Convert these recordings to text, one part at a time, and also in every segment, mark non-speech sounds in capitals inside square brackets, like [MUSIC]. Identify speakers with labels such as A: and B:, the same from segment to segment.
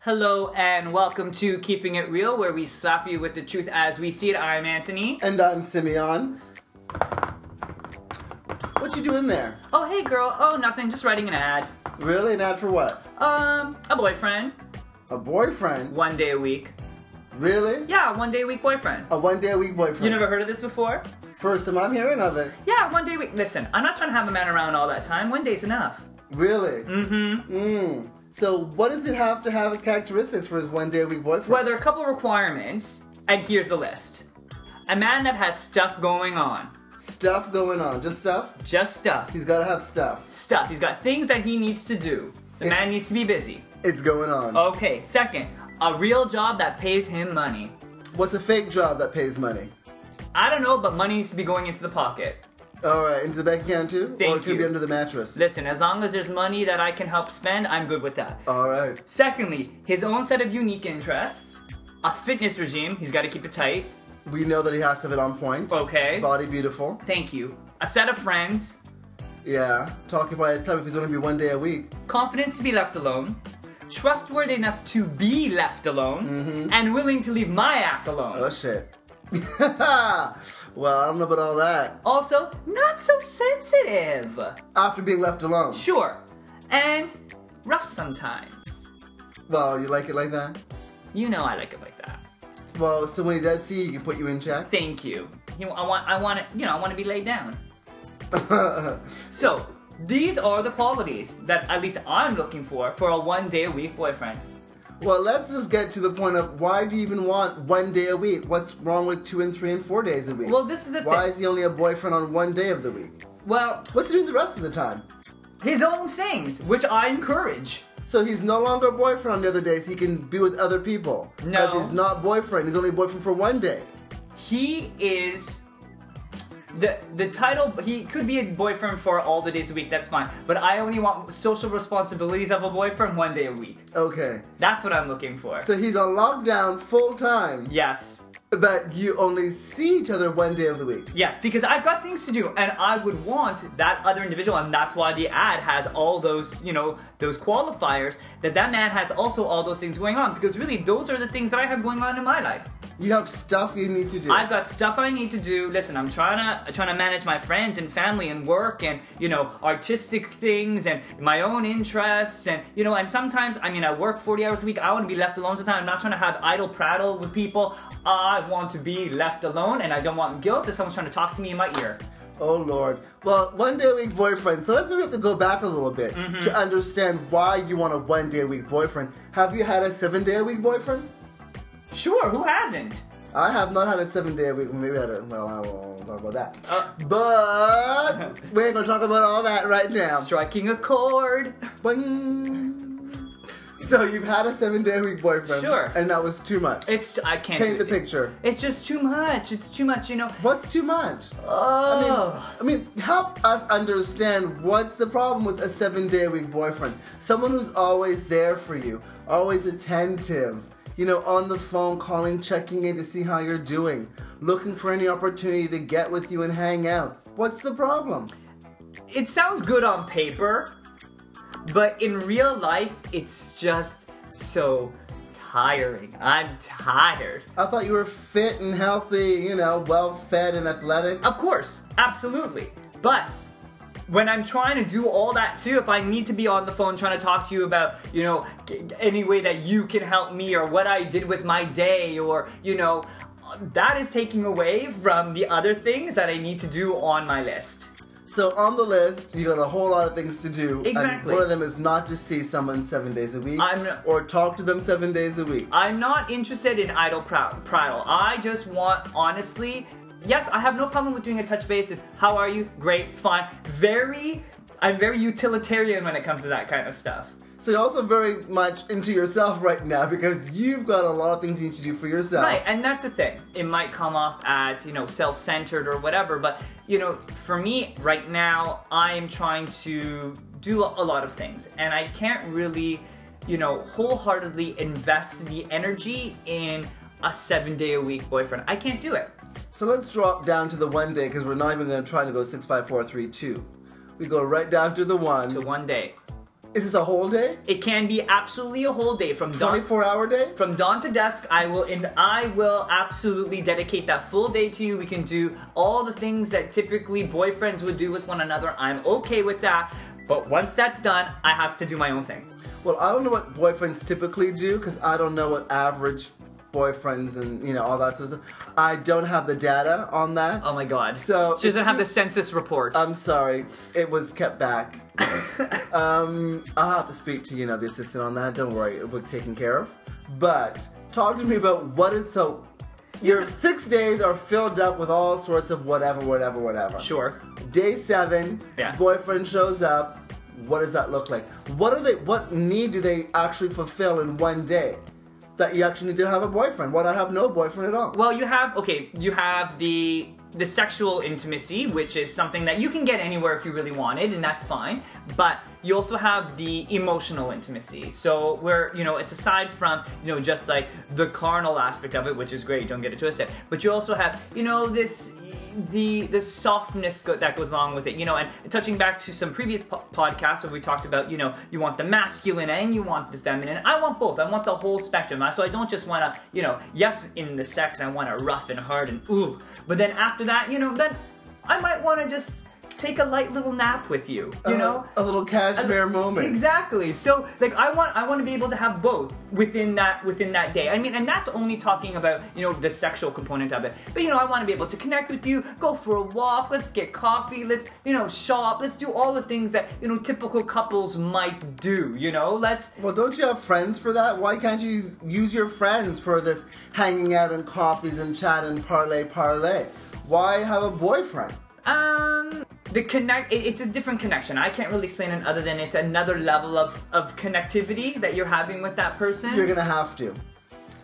A: Hello and welcome to Keeping It Real, where we slap you with the truth as we see it. I'm Anthony.
B: And I'm Simeon. What you doing there?
A: Oh, hey girl. Oh, nothing. Just writing an ad.
B: Really? An ad for what?
A: Um, a boyfriend.
B: A boyfriend?
A: One day a week.
B: Really?
A: Yeah, one day a week boyfriend.
B: A one day a week boyfriend.
A: You never heard of this before?
B: First time I'm hearing of it.
A: Yeah, one day a week. Listen, I'm not trying to have a man around all that time. One day's enough.
B: Really?
A: Mm-hmm.
B: Mm. So what does it have to have as characteristics for his one day a week boyfriend?
A: Well, there are a couple requirements, and here's the list. A man that has stuff going on.
B: Stuff going on. Just stuff?
A: Just stuff.
B: He's gotta have stuff.
A: Stuff. He's got things that he needs to do. The
B: It's-
A: man needs to be busy.
B: It's going on.
A: Okay, second, a real job that pays him money.
B: What's a fake job that pays money?
A: I don't know, but money needs to be going into the pocket.
B: Alright, into the bank account too? or
A: Thank
B: it could be
A: you.
B: under the mattress.
A: Listen, as long as there's money that I can help spend, I'm good with that.
B: Alright.
A: Secondly, his own set of unique interests, a fitness regime, he's got to keep it tight.
B: We know that he has to have it on point.
A: Okay.
B: Body beautiful.
A: Thank you. A set of friends,
B: Yeah. Talking about his time if he's gonna be one day a week.
A: confidence to be left alone, trustworthy enough to be left alone, and willing to leave my ass alone.
B: Oh shit. [LAUGHS] well, I don't know about all that.
A: also, not so sensitive.
B: After being left alone.
A: Sure, and rough sometimes.
B: Well, you like it like that?
A: You know I like it like that.
B: Well, so when he does see you, he can put you in check. [LAUGHS]
A: Thank you. He, I want. I want it. You know, I want to be laid down. So these are the qualities that at least I'm looking for for a one day a week boyfriend.
B: well, let's just get to the point of why do you even want one day a week? What's wrong with two and three and four days a week?
A: Well, this is the
B: why
A: thing.
B: is he only a boyfriend on one day of the week?
A: Well,
B: What's he doing the rest of the time?
A: his own things, which I encourage.
B: So he's no longer a boyfriend on the other days. He can be with other people.
A: No.
B: Because he's not boyfriend. He's only boyfriend for one day.
A: He is. The, the title he could be a boyfriend for all the days a week that's fine but i only want social responsibilities of a boyfriend one day a week
B: Okay.
A: that's what i'm looking for
B: So he's on lockdown full time.
A: yes
B: But you only see each other one day of the week.
A: Yes, because I've got things to do, and I would want that other individual, and that's why the ad has all those, you know, those qualifiers. That that man has also all those things going on, because really, those are the things that I have going on in my life.
B: You have stuff you need to do.
A: I've got stuff I need to do. Listen, I'm trying to I'm trying to manage my friends and family and work and you know artistic things and my own interests and you know and sometimes I mean I work 40 hours a week. I want to be left alone sometimes. I'm not trying to have idle prattle with people. I want to be left alone and I don't want guilt if someone's trying to talk to me in my ear.
B: oh Lord. Well, one day a week boyfriend. So let's maybe have to go back a little bit
A: Mm-hmm.
B: to understand why you want a one day a week boyfriend. Have you had a seven day a week boyfriend?
A: Sure, who hasn't?
B: I have not had a seven day a week. Maybe I don't. Well, I won't talk about that.
A: Uh. [LAUGHS]
B: but we ain't gonna talk about all that right now.
A: Striking a chord.
B: Boing. So you've had a seven day a week boyfriend.
A: Sure.
B: And that was too much.
A: It's I can't
B: Paint
A: do
B: the
A: it.
B: picture.
A: It's just too much. It's too much, you know.
B: What's too much? I mean,
A: Oh.
B: I mean, help us understand what's the problem with a seven day a week boyfriend. Someone who's always there for you, always attentive, you know, on the phone, calling, checking in to see how you're doing, looking for any opportunity to get with you and hang out. What's the problem?
A: it sounds good on paper, but in real life, it's just so tiring. I'm tired.
B: I thought you were fit and healthy, you know, well fed and athletic.
A: Of course, absolutely. But when I'm trying to do all that too, if I need to be on the phone trying to talk to you about, you know, g- any way that you can help me or what I did with my day or, you know, that is taking away from the other things that I need to do on my list.
B: So on the list, you got a whole lot of things to do. And
A: Exactly.
B: one of them is not to see someone seven days a week
A: I'm not-
B: or talk to them seven days a week.
A: I'm not interested in idle prou- prattle. I just want, honestly, yes, I have no problem with doing a touch base. And how are you? Great, fine. Very, I'm very utilitarian when it comes to that kind of stuff.
B: So you're also very much into yourself right now because you've got a lot of things you need to do for yourself.
A: Right, and that's the thing. It might come off as, you know, self centered or whatever, but, you know, for me right now, I am trying to do a a lot of things, and I can't really, you know, wholeheartedly invest the energy in a seven day a week boyfriend. I can't do it.
B: So let's drop down to the one day because we're not even going to try to go six, five, four, three, two. We go right down to the one.
A: to one day.
B: Is this a whole day?
A: It can be absolutely a whole day from dawn
B: 24 hour day?
A: from dawn to dusk. I will and I will absolutely dedicate that full day to you. We can do all the things that typically boyfriends would do with one another. I'm okay with that. But once that's done, I have to do my own thing.
B: Well, I don't know what boyfriends typically do because I don't know what average boyfriends and you know all that sort of stuff. I don't have the data on that.
A: Oh my god.
B: So
A: she doesn't
B: if
A: have
B: you-
A: the census report.
B: I'm sorry, it was
A: [LAUGHS]
B: kept back. um, I'll have to speak to you know the assistant on that. Don't worry, it'll be taken care of. But talk to me about what is so. Your six days are filled up with all sorts of whatever, whatever, whatever.
A: sure.
B: Day seven,
A: Yeah.
B: boyfriend shows up. What does that look like? What are they? What need do they actually fulfill in one day? That you actually need to have a boyfriend. Why not have no boyfriend at all?
A: Well, you have okay. You have the the sexual intimacy, which is something that you can get anywhere if you really wanted, and that's fine. But you also have the emotional intimacy. So where you know it's aside from you know just like the carnal aspect of it, which is great. Don't get it twisted. But you also have you know this the the softness go- that goes along with it. You know, and touching back to some previous po- podcasts where we talked about you know you want the masculine and you want the feminine. I want both. I want the whole spectrum. I- So I don't just want to you know yes in the sex I want to rough and hard and ooh, but then after that you know then I might want to just take a light little nap with you.
B: Uh-huh.
A: You know.
B: a little cashmere moment.
A: Exactly. So like I want I want to be able to have both within that within that day. I mean, and that's only talking about, you know, the sexual component of it. But you know, I want to be able to connect with you, go for a walk, let's get coffee, let's, you know, shop, let's do all the things that, you know, typical couples might do, you know? Let's
B: Well, don't you have friends for that? Why can't you use, use your friends for this hanging out and coffees and chat and parlay parlay? Why have a boyfriend?
A: Um, the connect. It, it's a different connection. I can't really explain it other than it's another level of of connectivity that you're having with that person.
B: You're gonna have to.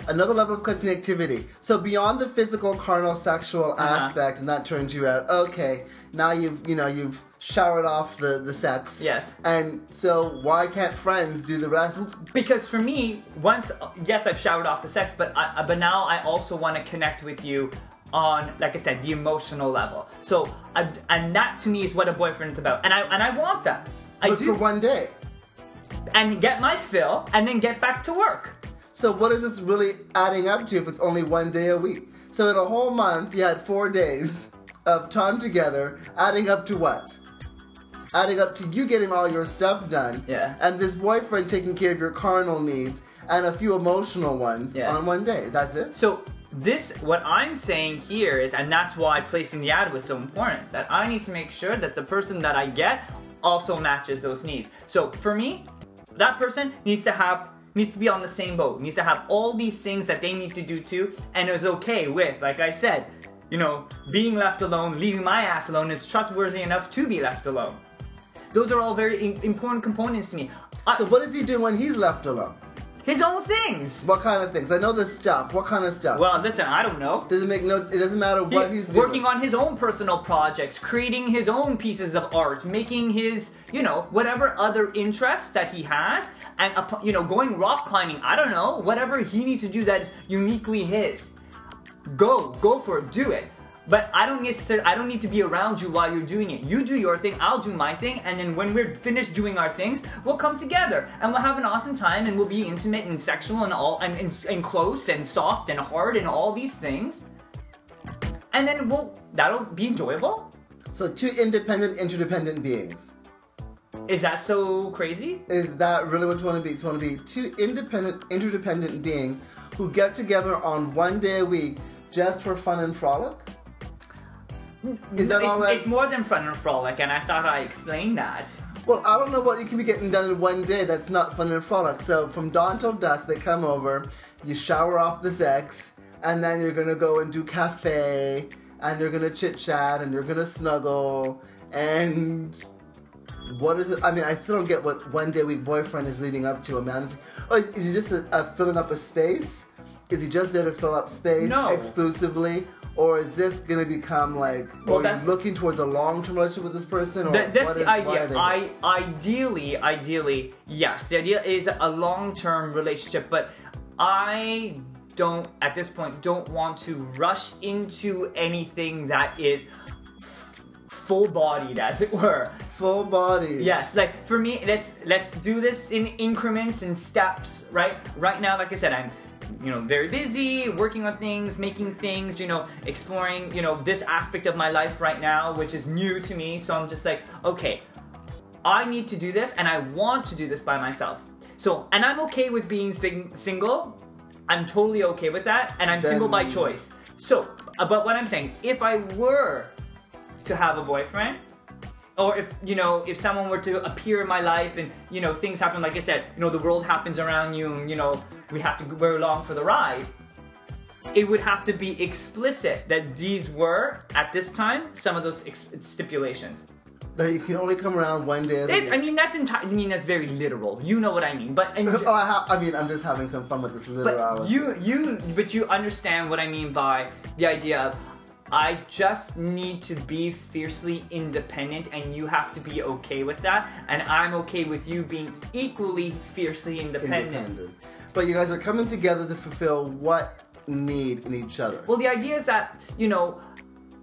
B: Another level of connectivity. So beyond the physical, carnal, sexual
A: Uh-huh.
B: aspect, and that turns you out. Okay, now you've you know you've showered off the the sex.
A: Yes.
B: And so why can't friends do the rest?
A: because for me, once yes, I've showered off the sex, but I, uh, but now I also want to connect with you on, like I said, the emotional level. So I, and that to me is what a boyfriend is about, and I and I want that. I
B: But
A: do,
B: for one day.
A: and get my fill, and then get back to work.
B: So what is this really adding up to if it's only one day a week? So in a whole month, you had four days of time together, adding up to what? Adding up to you getting all your stuff done,
A: Yeah.
B: and this boyfriend taking care of your carnal needs and a few emotional ones
A: Yes.
B: on one day. That's it.
A: So this, what I'm saying here is, and that's why placing the ad was so important. That I need to make sure that the person that I get also matches those needs. So for me, that person needs to have needs to be on the same boat. Needs to have all these things that they need to do too, and is okay with. Like I said, you know, being left alone, leaving my ass alone is trustworthy enough to be left alone. Those are all very im- important components to me. I-
B: So what does he do when he's left alone?
A: his own things.
B: What kind of things? I know the stuff. What kind of stuff?
A: Well, listen, I don't know.
B: doesn't make no. It doesn't matter what
A: He-
B: he's doing.
A: working on his own personal projects, creating his own pieces of art, making his, you know, whatever other interests that he has, and, app- you know, going rock climbing, I don't know, whatever he needs to do that is uniquely his. Go, go for it, do it. But I don't necessarily, I don't need to be around you while you're doing it. You do your thing, I'll do my thing, and then when we're finished doing our things, we'll come together and we'll have an awesome time, and we'll be intimate and sexual and all, and, and, and close and soft and hard and all these things and then well that'll be enjoyable
B: So two independent, interdependent beings.
A: is that so crazy
B: is that really what you want to be? You want to be two independent, interdependent beings who get together on one day a week just for fun and frolic? Is that
A: it's,
B: all that?
A: it's more than fun and frolic and i thought i explained that
B: well, I don't know what you can be getting done in one day that's not fun and frolic. So from dawn till dusk, they come over, you shower off the sex, and then you're gonna go and do cafe, and you're gonna chit chat, and you're gonna snuggle, and What is it? I mean, I still don't get what one day week boyfriend is leading up to. A man, oh, is, is he just a, a filling up a space? Is he just there to fill up space
A: No.
B: exclusively, or is this gonna become like?
A: Well,
B: are
A: that's-
B: you looking towards a long-term relationship with this person? Or
A: Th- that's
B: what
A: the
B: is- why are
A: idea.
B: they-
A: I ideally, ideally, yes. The idea is a long-term relationship, but I don't at this point don't want to rush into anything that is f- full bodied, as it were.
B: Full body.
A: Yes, like for me, let's let's do this in increments and steps, right? Right now, like I said, I'm you know very busy working on things making things you know exploring you know this aspect of my life right now which is new to me so i'm just like okay i need to do this and i want to do this by myself so and i'm okay with being sing- single i'm totally okay with that and i'm
B: Then-
A: single by choice so uh, but what i'm saying if i were to have a boyfriend or if you know if someone were to appear in my life and you know things happen like i said you know the world happens around you and you know we have to go we're along for the ride it would have to be explicit that these were at this time some of those ex- stipulations
B: That you can only come around one day. of the
A: It-
B: year.
A: i mean that's enti- i mean that's very literal you know what i mean but in
B: [LAUGHS] oh, I, ha- I mean, I'm just having some fun with this
A: But
B: literality.
A: you you but you understand what I mean by the idea of I just need to be fiercely independent and you have to be okay with that and I'm okay with you being equally fiercely independent.
B: independent. But you guys are coming together to fulfill what need in each other.
A: Well, the idea is that, you know,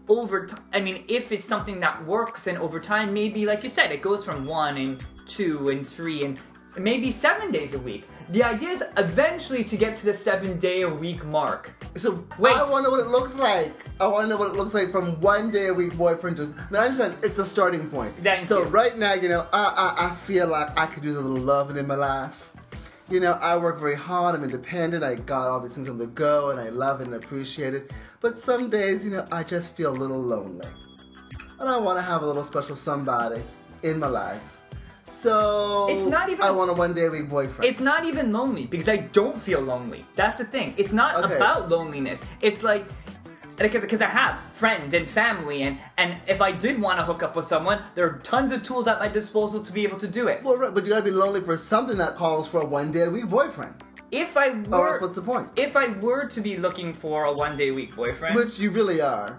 A: over time, I mean, if it's something that works and over time, maybe, like you said, it goes from one and two and three and maybe seven days a week. The idea is eventually to get to the seven day a week mark.
B: So
A: Wait.
B: I want to know what it looks like. I want to know what it looks like from one day a week boyfriend. Just now, I understand it's a starting point.
A: Thank
B: so
A: you.
B: right now, you know, I, I I feel like I could use a little loving in my life. You know, I work very hard. I'm independent. I got all these things on the go, and I love and appreciate it. But some days, you know, I just feel a little lonely, and I want to have a little special somebody in my life. So
A: It's not even-
B: I want a one day a week boyfriend.
A: It's not even lonely because I don't feel lonely. That's the thing. It's not
B: Okay.
A: about loneliness. It's like because because I have friends and family and and if I did want to hook up with someone, there are tons of tools at my disposal to be able to do it.
B: well, right, but you gotta be lonely for something that calls for a one day a week boyfriend.
A: If I
B: Or
A: were
B: else, oh, what's the point?
A: if I were to be looking for a one day week boyfriend,
B: Which you really are.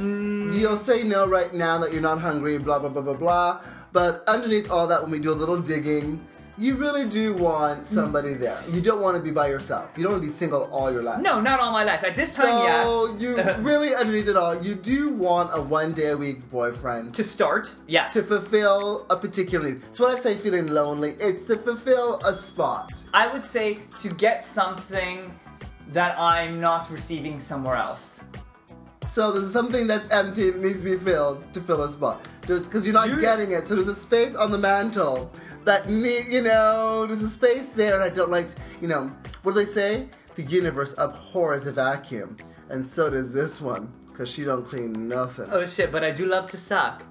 A: Mm.
B: You'll say no right now that you're not hungry, blah, blah, blah, blah, blah. But underneath all that, when we do a little digging, you really do
A: Mm.
B: want somebody there. You don't want to be by yourself. You don't want to be single all your life.
A: no, not all my life. At this time,
B: So
A: [LAUGHS] yes.
B: you really, underneath it all, you do want a one day a week boyfriend
A: to start, yes.
B: to fulfill a particular need. So when I say feeling lonely, it's to fulfill a spot.
A: I would say to get something that I'm not receiving somewhere else.
B: So there's something that's empty that needs to be filled to fill a spot. There's because you're not
A: You-
B: getting it. So there's a space on the mantle that need you know. There's a space there, and I don't like you know. What do they say? The universe abhors a vacuum, and so does this one because she don't clean nothing.
A: Oh shit, but I do love to suck.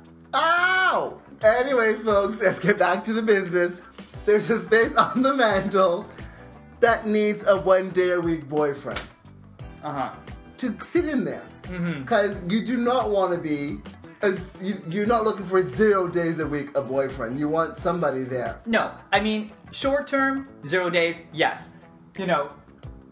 B: Ow! Anyways, folks, let's get back to the business. There's a space on the mantle that needs a one day a week boyfriend.
A: Uh huh.
B: to sit in there
A: Mm-hmm.
B: because you do not want to be as you, you're not looking for zero days a week a boyfriend you want somebody there
A: No, I mean, short term, zero days, yes. You know,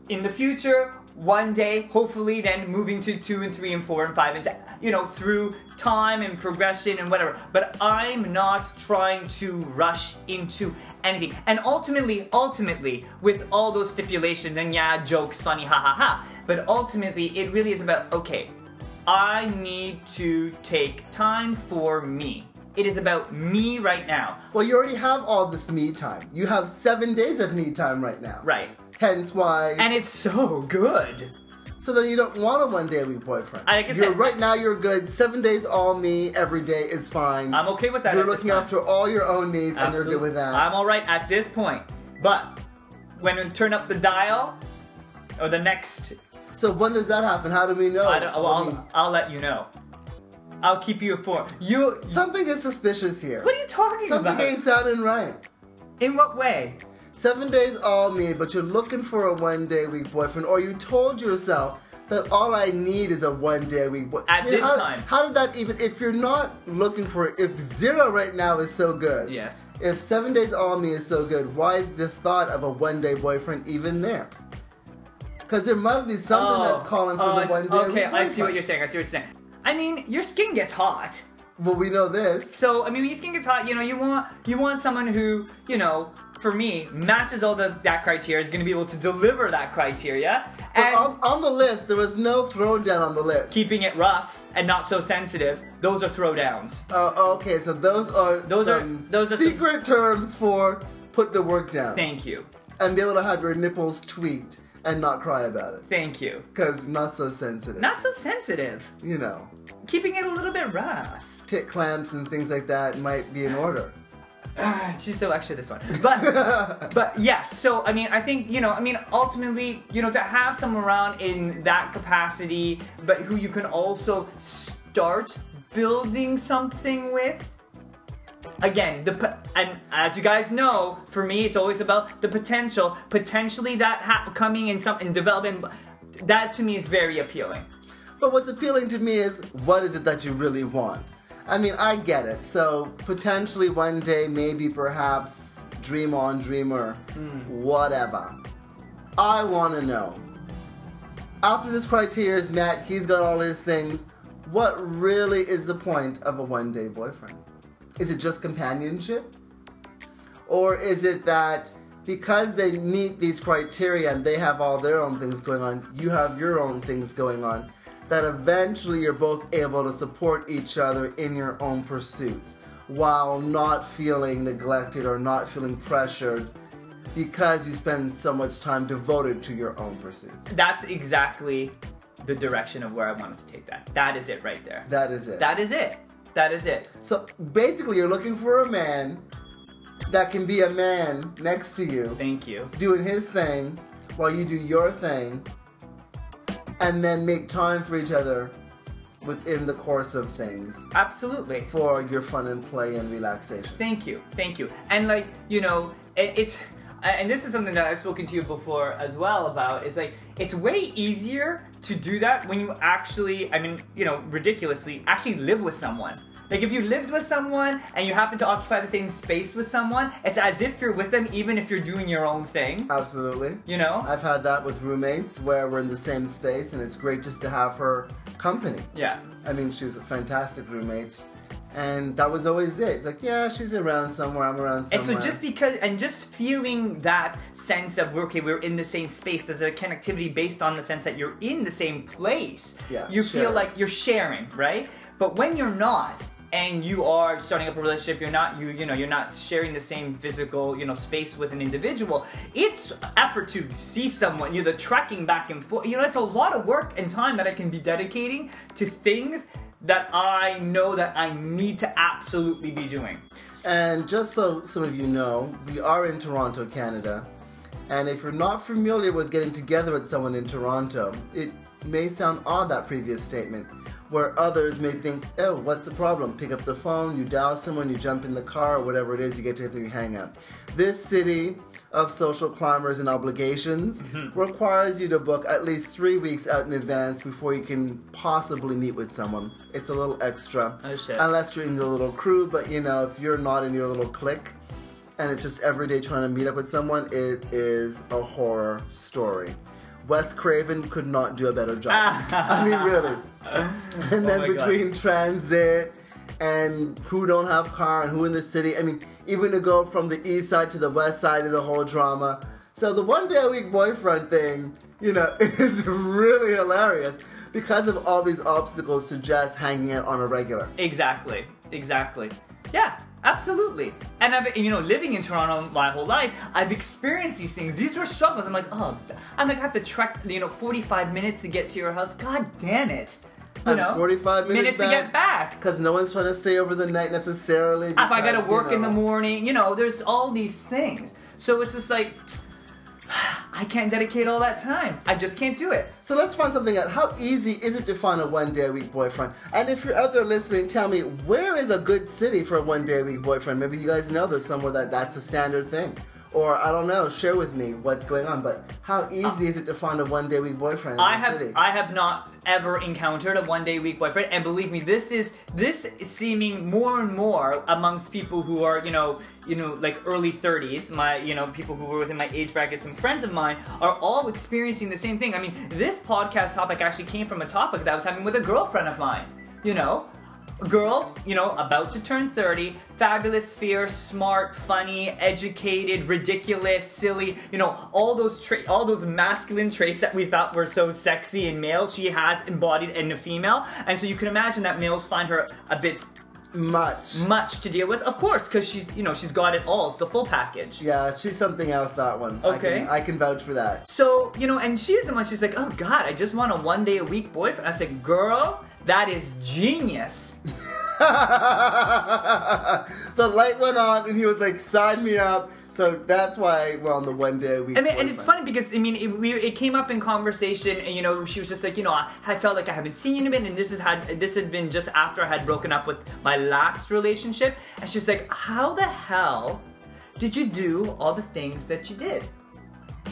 A: in the future, one day, hopefully, then moving to two and three and four and five and, se- you know, through time and progression and whatever. But I'm not trying to rush into anything. And ultimately, ultimately, with all those stipulations and yeah, jokes, funny, ha ha ha, but ultimately, it really is about, okay, I need to take time for me. It is about me right now.
B: well you already have all this me time you have seven days of me time right now
A: Right.
B: hence why
A: and it's so good.
B: so then you don't want a one day a week boyfriend
A: I- like I
B: you're
A: said-
B: right now you're good seven days all me every day is fine
A: I'm okay with that.
B: you're
A: at this
B: looking
A: time.
B: after all your own needs and you're
A: Absolutely.
B: good with that
A: I'm all right at this point, but when we turn up the dial or the next,
B: so when does that happen how do we know
A: I don't, well,
B: I mean,
A: I'll, I'll let you know. I'll keep you informed. You.
B: something is suspicious here
A: What are you talking
B: something
A: about?
B: ain't sounding right
A: In what way?
B: Seven days all me, but you're looking for a one day a week boyfriend, or you told yourself that all I need is a one day a week boyfriend.
A: At this
B: how,
A: time.
B: How did that even, if you're not looking for it, if zero right now is so good,
A: Yes.
B: if seven days all me is so good, why is the thought of a one day boyfriend even there? Because there must be something
A: Oh,
B: that's calling for
A: oh, I
B: the
A: s-
B: one day a
A: Okay,
B: week
A: I see what
B: boyfriend.
A: you're saying. I see what you're saying. I mean, your skin gets hot.
B: Well, we know this.
A: So I mean, East King Guitar, you know, you want you want someone who you know, for me, matches all the that criteria is going to be able to deliver that criteria and
B: But on, on the list, there was no throwdown on the list.
A: keeping it rough and not so sensitive. Those are throwdowns.
B: Uh, okay, so those are
A: Those are-
B: some
A: those are some-
B: secret terms for put the work down
A: Thank you,
B: and be able to have your nipples tweaked and not cry about it
A: thank you.
B: because not so sensitive.
A: Not so sensitive.
B: you know,
A: Keeping it a little bit rough.
B: tit clamps and things like that might be in order.
A: She's so extra this one. But but yes, so I mean I think, you know, I mean ultimately, you know, to have someone around in that capacity, but who you can also start building something with. Again, the po- and as you guys know, for me it's always about the potential, potentially that ha- coming in something developing that to me is very appealing.
B: But what's appealing to me is what is it that you really want? I mean, I get it. So potentially one day, maybe, perhaps, dream on, dreamer, whatever. I want to know. After this criteria is met, he's got all his things. What really is the point of a one day boyfriend? Is it just companionship? Or is it that because they meet these criteria and they have all their own things going on, you have your own things going on, that eventually you're both able to support each other in your own pursuits while not feeling neglected or not feeling pressured because you spend so much time devoted to your own pursuits?
A: That's exactly the direction of where I wanted to take that. That is it right there.
B: That is it.
A: That is it. That is it.
B: so basically, you're looking for a man that can be a man next to you.
A: Thank you.
B: doing his thing while you do your thing and then make time for each other within the course of things
A: Absolutely.
B: for your fun and play and relaxation.
A: Thank you. Thank you. And like, you know, it, it's and this is something that I've spoken to you before as well about. It's like it's way easier to do that when you actually, I mean, you know, ridiculously actually live with someone. Like if you lived with someone and you happen to occupy the same space with someone, it's as if you're with them even if you're doing your own thing,
B: Absolutely.
A: you know?
B: I've had that with roommates where we're in the same space and it's great just to have her company.
A: Yeah.
B: I mean, she was a fantastic roommate. And that was always it. It's like, yeah, she's around somewhere, I'm around somewhere.
A: And so just because, and just feeling that sense of okay, we're in the same space. There's a connectivity based on the sense that you're in the same place.
B: Yeah,
A: you feel
B: sharing.
A: like you're sharing, right? But when you're not, and you are starting up a relationship, you're not you you know you're not sharing the same physical you know space with an individual. It's effort to see someone. You're the trekking back and forth. You know, it's a lot of work and time that I can be dedicating to things that I know that I need to absolutely be doing.
B: And just so some of you know, we are in Toronto, Canada. And if you're not familiar with getting together with someone in Toronto, it may sound odd that previous statement, where others may think, oh, what's the problem? Pick up the phone, you dial someone, you jump in the car, or whatever it is, you get together, you hang out. This city of social climbers and obligations
A: Mm-hmm.
B: requires you to book at least three weeks out in advance before you can possibly meet with someone. It's a little extra.
A: Oh, shit.
B: Unless you're in your little crew, but you know, if you're not in your little clique, and it's just every day trying to meet up with someone, it is a horror story. Wes Craven could not do a better job. [LAUGHS] I mean,
A: [LAUGHS]
B: really. And
A: Ah. Oh
B: then
A: my God.
B: between transit and who don't have car and who in the city, I mean, even to go from the east side to the west side is a whole drama. So the one day a week boyfriend thing, you know, [LAUGHS] is really hilarious because of all these obstacles to just hanging out on a regular.
A: Exactly. Exactly. Yeah. Absolutely. And I've, you know, living in Toronto my whole life, I've experienced these things. These were struggles. I'm like, oh, I'm like, I have to trek, you know, 45 minutes to get to your house. God damn it. You
B: And
A: know,
B: 45 minutes
A: minutes to get back.
B: Because no one's trying to stay over the night necessarily.
A: If I gotta
B: because, you
A: work in the
B: know,
A: morning, you know, there's all these things. So it's just like, [SIGHS] I can't dedicate all that time. I just can't do it.
B: So let's find something out. How easy is it to find a one day a week boyfriend? And if you're out there listening, tell me where is a good city for a one day a week boyfriend? Maybe you guys know there's somewhere that that's a standard thing. Or I don't know. Share with me what's going on. But how easy is it to find a one day a week boyfriend? In
A: I
B: the
A: have
B: City?
A: I have not ever encountered a one day week boyfriend, and believe me, this is this is seeming more and more amongst people who are you know you know like early thirties. My you know people who were within my age bracket, some friends of mine are all experiencing the same thing. I mean, this podcast topic actually came from a topic that I was having with a girlfriend of mine. You know, girl, you know, about to turn 30, fabulous, fierce, smart, funny, educated, ridiculous, silly, you know, all those tra- all those masculine traits that we thought were so sexy in male, she has embodied in a female. And so you can imagine that males find her a bit
B: Much.
A: much to deal with, of course, because she's, you know, she's got it all. It's the full package.
B: Yeah, she's something else, that one. I
A: Okay.
B: can, I can vouch for that.
A: So, you know, and she is the one, she's like, oh God, I just want a one day a week boyfriend. I was like, girl, that is genius.
B: [LAUGHS] the light went on, and he was like, sign me up. So that's why we're on the one day a week.
A: I mean, and it's
B: boyfriend.
A: funny because I mean, it, we, it came up in conversation, and you know, she was just like, you know, I, I felt like I haven't seen you in a bit, and this has had this had been just after I had broken up with my last relationship, and she's like, how the hell did you do all the things that you did?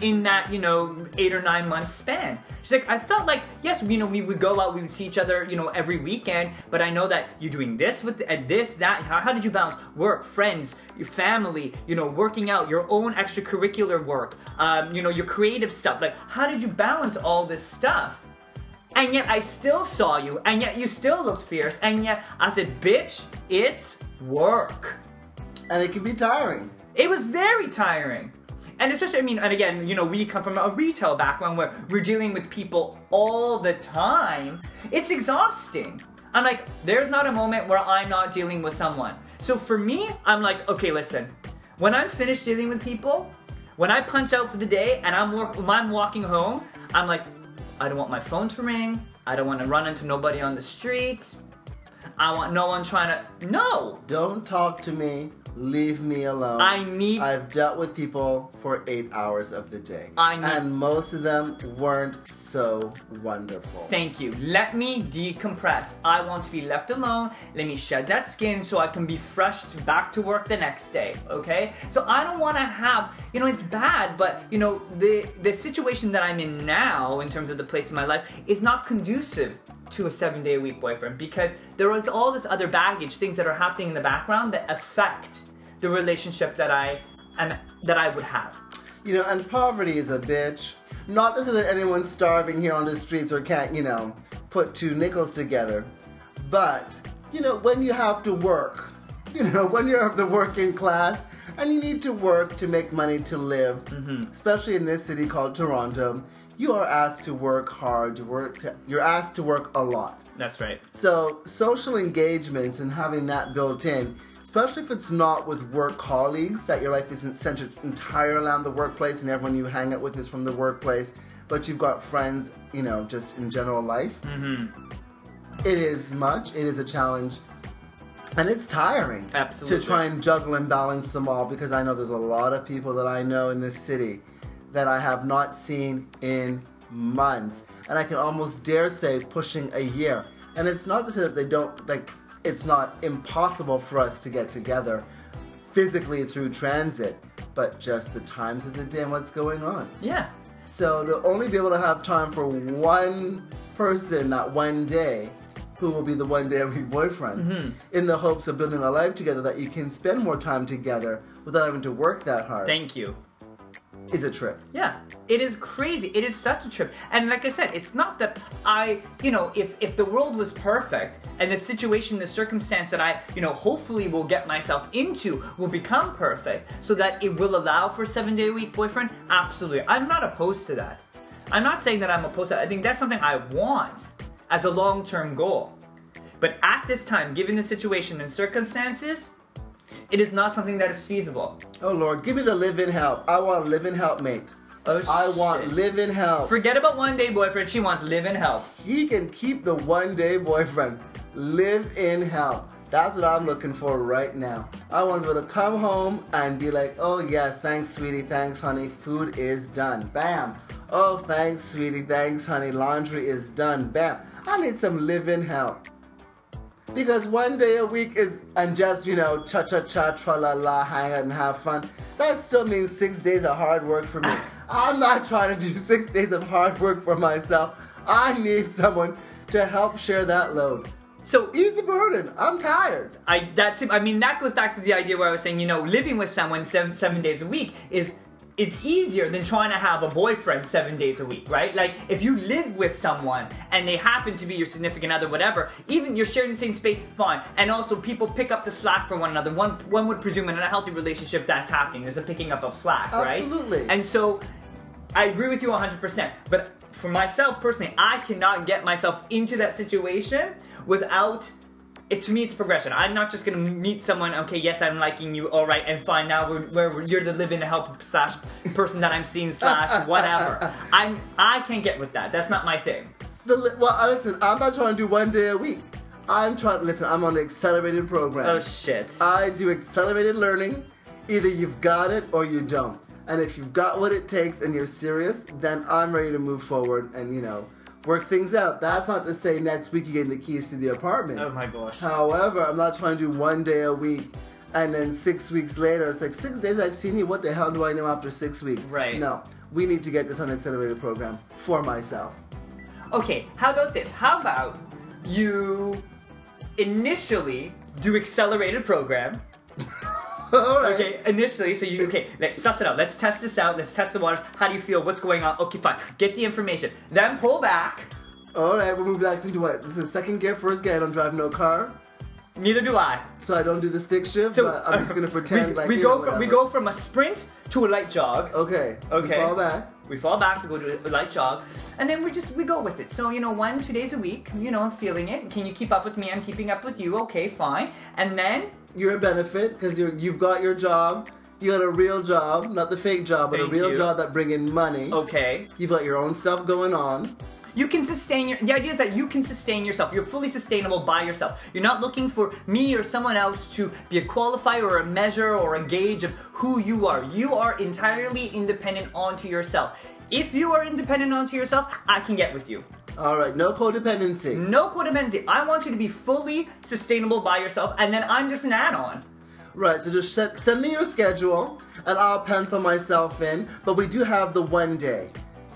A: in that you know eight or nine months span. She's like, I felt like yes, you know, we would go out, we would see each other, you know, every weekend. But I know that you're doing this with and this, that. How, how did you balance work, friends, your family, you know, working out, your own extracurricular work, um, you know, your creative stuff? Like, how did you balance all this stuff? And yet I still saw you, and yet you still looked fierce, and yet I said, bitch, it's work
B: And it can be tiring.
A: it was very tiring. And especially, I mean, and again, you know, we come from a retail background where we're dealing with people all the time. It's exhausting. I'm like, there's not a moment where I'm not dealing with someone. So for me, I'm like, okay, listen, when I'm finished dealing with people, when I punch out for the day and I'm, work- when I'm walking home, I'm like, I don't want my phone to ring. I don't want to run into nobody on the street. I want no one trying to. No!
B: Don't talk to me. Leave me alone.
A: I need
B: I've dealt with people for eight hours of the day.
A: I know.
B: And most of them weren't so wonderful.
A: Thank you. Let me decompress. I want to be left alone. Let me shed that skin so I can be fresh to- back to work the next day. Okay? So I don't want to have, you know, it's bad, but you know, the the situation that I'm in now in terms of the place in my life is not conducive to a 7-day a week boyfriend because there is all this other baggage, things that are happening in the background that affect the relationship that I am that I would have.
B: you know, and poverty is a bitch. Not that that anyone's starving here on the streets or can't, you know, put two nickels together. But, you know, when you have to work, [LAUGHS] you know, when you're of the working class and you need to work to make money to live, especially in this city called Toronto, you are asked to work hard, to work to, you're asked to work a lot.
A: That's right.
B: So social engagements and having that built in, especially if it's not with work colleagues, that your life isn't centered entirely around the workplace and everyone you hang out with is from the workplace, but you've got friends, you know, just in general life. Mm-hmm. is much. It is a challenge. And it's tiring
A: Absolutely.
B: to try and juggle and balance them all because I know there's a lot of people that I know in this city that I have not seen in months. And I can almost dare say pushing a year. And it's not to say that they don't, like, it's not impossible for us to get together physically through transit, but just the times of the day and what's going on.
A: Yeah.
B: So they'll only be able to have time for one person that one day who will be the one day every boyfriend
A: Mm-hmm.
B: in the hopes of building a life together that you can spend more time together without having to work that hard
A: Thank you.
B: is a trip.
A: Yeah, it is crazy. It is such a trip. And like I said, it's not that I, you know, if if the world was perfect and the situation, the circumstance that I, you know, hopefully will get myself into will become perfect so that it will allow for seven day a week boyfriend, absolutely. I'm not opposed to that. I'm not saying that I'm opposed to that. I think that's something I want as a long term goal. But at this time, given the situation and circumstances, it is not something that is feasible.
B: Oh Lord, give me the live in help. I want live in helpmate.
A: Oh,
B: I want
A: shit.
B: live in help.
A: Forget about one day boyfriend, she wants live and help.
B: he can keep the one day boyfriend. Live in hell. That's what I'm looking for right now. I want to be able to come home and be like, oh yes, thanks, sweetie, thanks, honey. Food is done. Bam. Oh, thanks, sweetie, thanks, honey. Laundry is done. Bam. I need some live in hell. Because one day a week is, and just, you know, cha cha cha, tra la la, hang out and have fun. That still means six days of hard work for me. I'm not trying to do [LAUGHS] six days of hard work for myself. I need someone to help share that load.
A: So
B: Ease the burden. I'm tired.
A: I that's I mean that goes back to the idea where I was saying you know living with someone seven, seven days a week is is easier than trying to have a boyfriend seven days a week, right? Like if you live with someone and they happen to be your significant other, whatever, even you're sharing the same space, fine. And also people pick up the slack for one another. One one would presume in a healthy relationship that's happening. There's a picking up of slack, right?
B: Absolutely.
A: And so I agree with you 100%. But for myself personally, I cannot get myself into that situation without. It, to me, it's progression. I'm not just gonna meet someone. Okay, yes, I'm liking you. All right, and fine. Now we're, we're you're the living help slash person that I'm seeing slash whatever. I'm I can't get with that. That's not my thing.
B: The li- well, uh, listen, I'm not trying to do one day a week. I'm trying. Listen, I'm on the accelerated program.
A: Oh shit.
B: I do accelerated learning. Either you've got it or you don't. And if you've got what it takes and you're serious, then I'm ready to move forward and, you know, work things out. That's not to say next week you're getting the keys to the apartment.
A: oh my gosh.
B: However, I'm not trying to do one day a week and then six weeks later, it's like six days I've seen you. What the hell do I know after six weeks?
A: Right.
B: No, we need to get this on an accelerated program for myself. [LAUGHS]
A: Okay, how about this? How about you initially do accelerated program?
B: All right.
A: Okay, initially, so you okay? Let's suss it out. Let's test this out. Let's test the waters. How do you feel? What's going on? Okay, fine. Get the information. Then pull back.
B: All right. We'll move back into what? This is second gear, first gear. I don't drive no car,
A: Neither do I.
B: so I don't do the stick shift.
A: So
B: but I'm just gonna
A: [LAUGHS]
B: pretend
A: we,
B: like
A: we
B: you
A: go
B: know,
A: from we
B: whatever. Oh.
A: go from a sprint to a light jog.
B: Okay. we
A: Okay.
B: Fall back.
A: We fall back, we go to a light jog, and then we just we go with it. So you know, one two days a week. You know, I'm feeling it. Can you keep up with me? I'm keeping up with you. Okay, fine. And then
B: You're a benefit because you you've got your job. You got a real job, not the fake job, but
A: Thank
B: a real
A: you. Oh.
B: job that bring in money.
A: okay,
B: You've got your own stuff going on.
A: You can sustain your. The idea is that you can sustain yourself. You're fully sustainable by yourself. You're not looking for me or someone else to be a qualifier or a measure or a gauge of who you are. You are entirely independent onto yourself. If you are independent onto yourself, I can get with you.
B: All right, no codependency.
A: No codependency. I want you to be fully sustainable by yourself, and then I'm just an add-on.
B: Right, so just set, send me your schedule and I'll pencil myself in. But we do have the one day.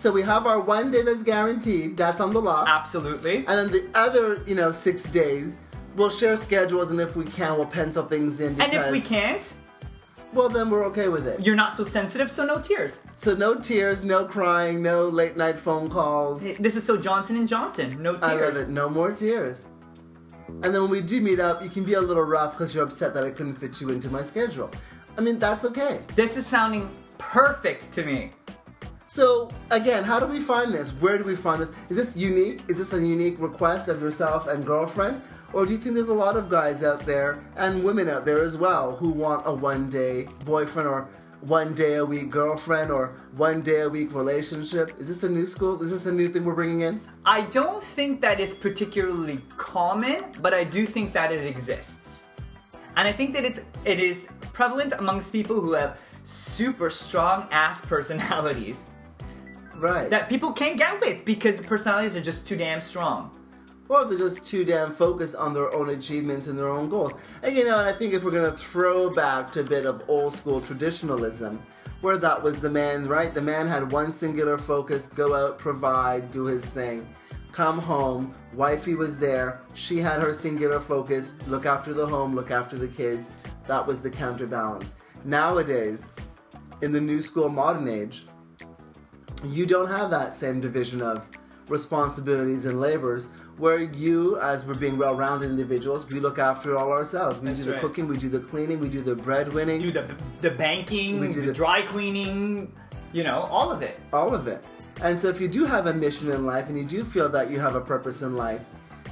B: So we have our one day that's guaranteed, that's on the lock.
A: Absolutely.
B: And then the other, you know, six days, we'll share schedules and if we can, we'll pencil things in. Because,
A: And if we can't,
B: Well, then we're okay with it.
A: you're not so sensitive, so no tears.
B: So no tears, no crying, no late night phone calls.
A: This is so Johnson and Johnson. No tears.
B: I love it. No more tears. And then when we do meet up, you can be a little rough because you're upset that I couldn't fit you into my schedule. I mean, that's okay.
A: This is sounding perfect to me.
B: So again, how do we find this? Where do we find this? Is this unique? Is this a unique request of yourself and girlfriend? Or do you think there's a lot of guys out there and women out there as well who want a one day boyfriend or one day a week girlfriend or one day a week relationship? Is this a new school? Is this a new thing we're bringing in?
A: I don't think that it's particularly common, but I do think that it exists. And I think that it's it is prevalent amongst people who have super strong ass [LAUGHS] personalities
B: Right.
A: that people can't get with because personalities are just too damn strong.
B: or they're just too damn focused on their own achievements and their own goals. And you know, and I think if we're gonna throw back to a bit of old school traditionalism, where that was the man's right, the man had one singular focus: go out, provide, do his thing, come home. Wifey was there; she had her singular focus: look after the home, look after the kids. That was the counterbalance. Nowadays, in the new school modern age, you don't have that same division of responsibilities and labors where you as we're being well-rounded individuals we look after it all ourselves we
A: That's
B: do the
A: right.
B: cooking we do the cleaning we do the breadwinning
A: Do the the banking,
B: We do
A: the,
B: the-
A: dry cleaning, you know, all of it.
B: all of it and so if you do have a mission in life and you do feel that you have a purpose in life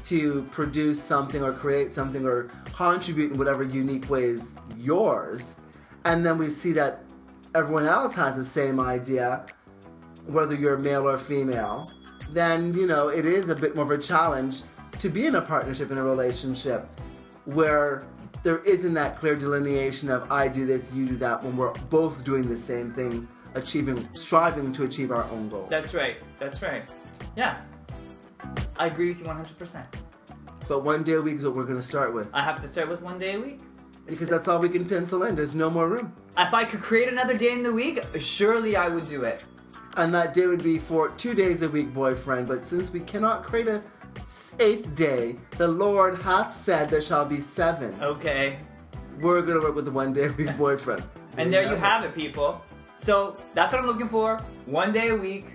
B: to produce something or create something or contribute in whatever unique way is yours and then we see that everyone else has the same idea whether you're male or female, then you know it is a bit more of a challenge to be in a partnership in a relationship where there isn't that clear delineation of I do this, you do that when we're both doing the same things, achieving, striving to achieve our own goals.
A: That's right. That's right. Yeah. I agree with you 100%.
B: but one day a week is what we're going to start with
A: I have to start with one day a week.
B: because that's all we can pencil in. There's no more room,
A: If I could create another day in the week, surely I would do it.
B: and that day would be for two days a week, boyfriend. But since we cannot create a eighth day, the Lord hath said there shall be seven.
A: Okay.
B: we're gonna work with the one day a week boyfriend.
A: And there you have it, people. So that's what I'm looking for. One day a week.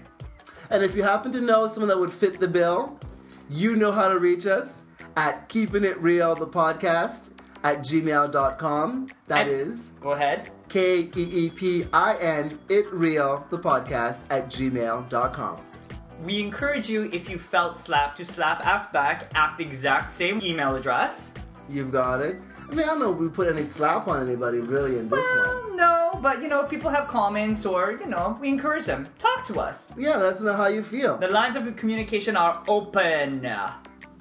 B: And if you happen to know someone that would fit the bill, you know how to reach us at Keeping It Real, the podcast, at gmail.com. That
A: And-
B: is
A: Go ahead.
B: K E E P I N, It Real, the podcast, at gmail.com.
A: We encourage you, if you felt slapped, to slap us back at the exact same email address.
B: You've got it. I mean, I don't know if we put any slap on anybody really in this one.
A: Well, Um, no, but you know, if people have comments or, you know, we encourage them. Talk to us.
B: Yeah, that's not how you feel.
A: The lines of communication are open.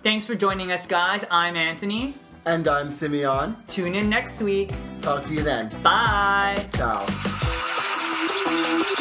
A: Thanks for joining us, guys. I'm Anthony.
B: And I'm Simeon.
A: Tune in next week.
B: Talk to you then.
A: Bye.
B: Ciao.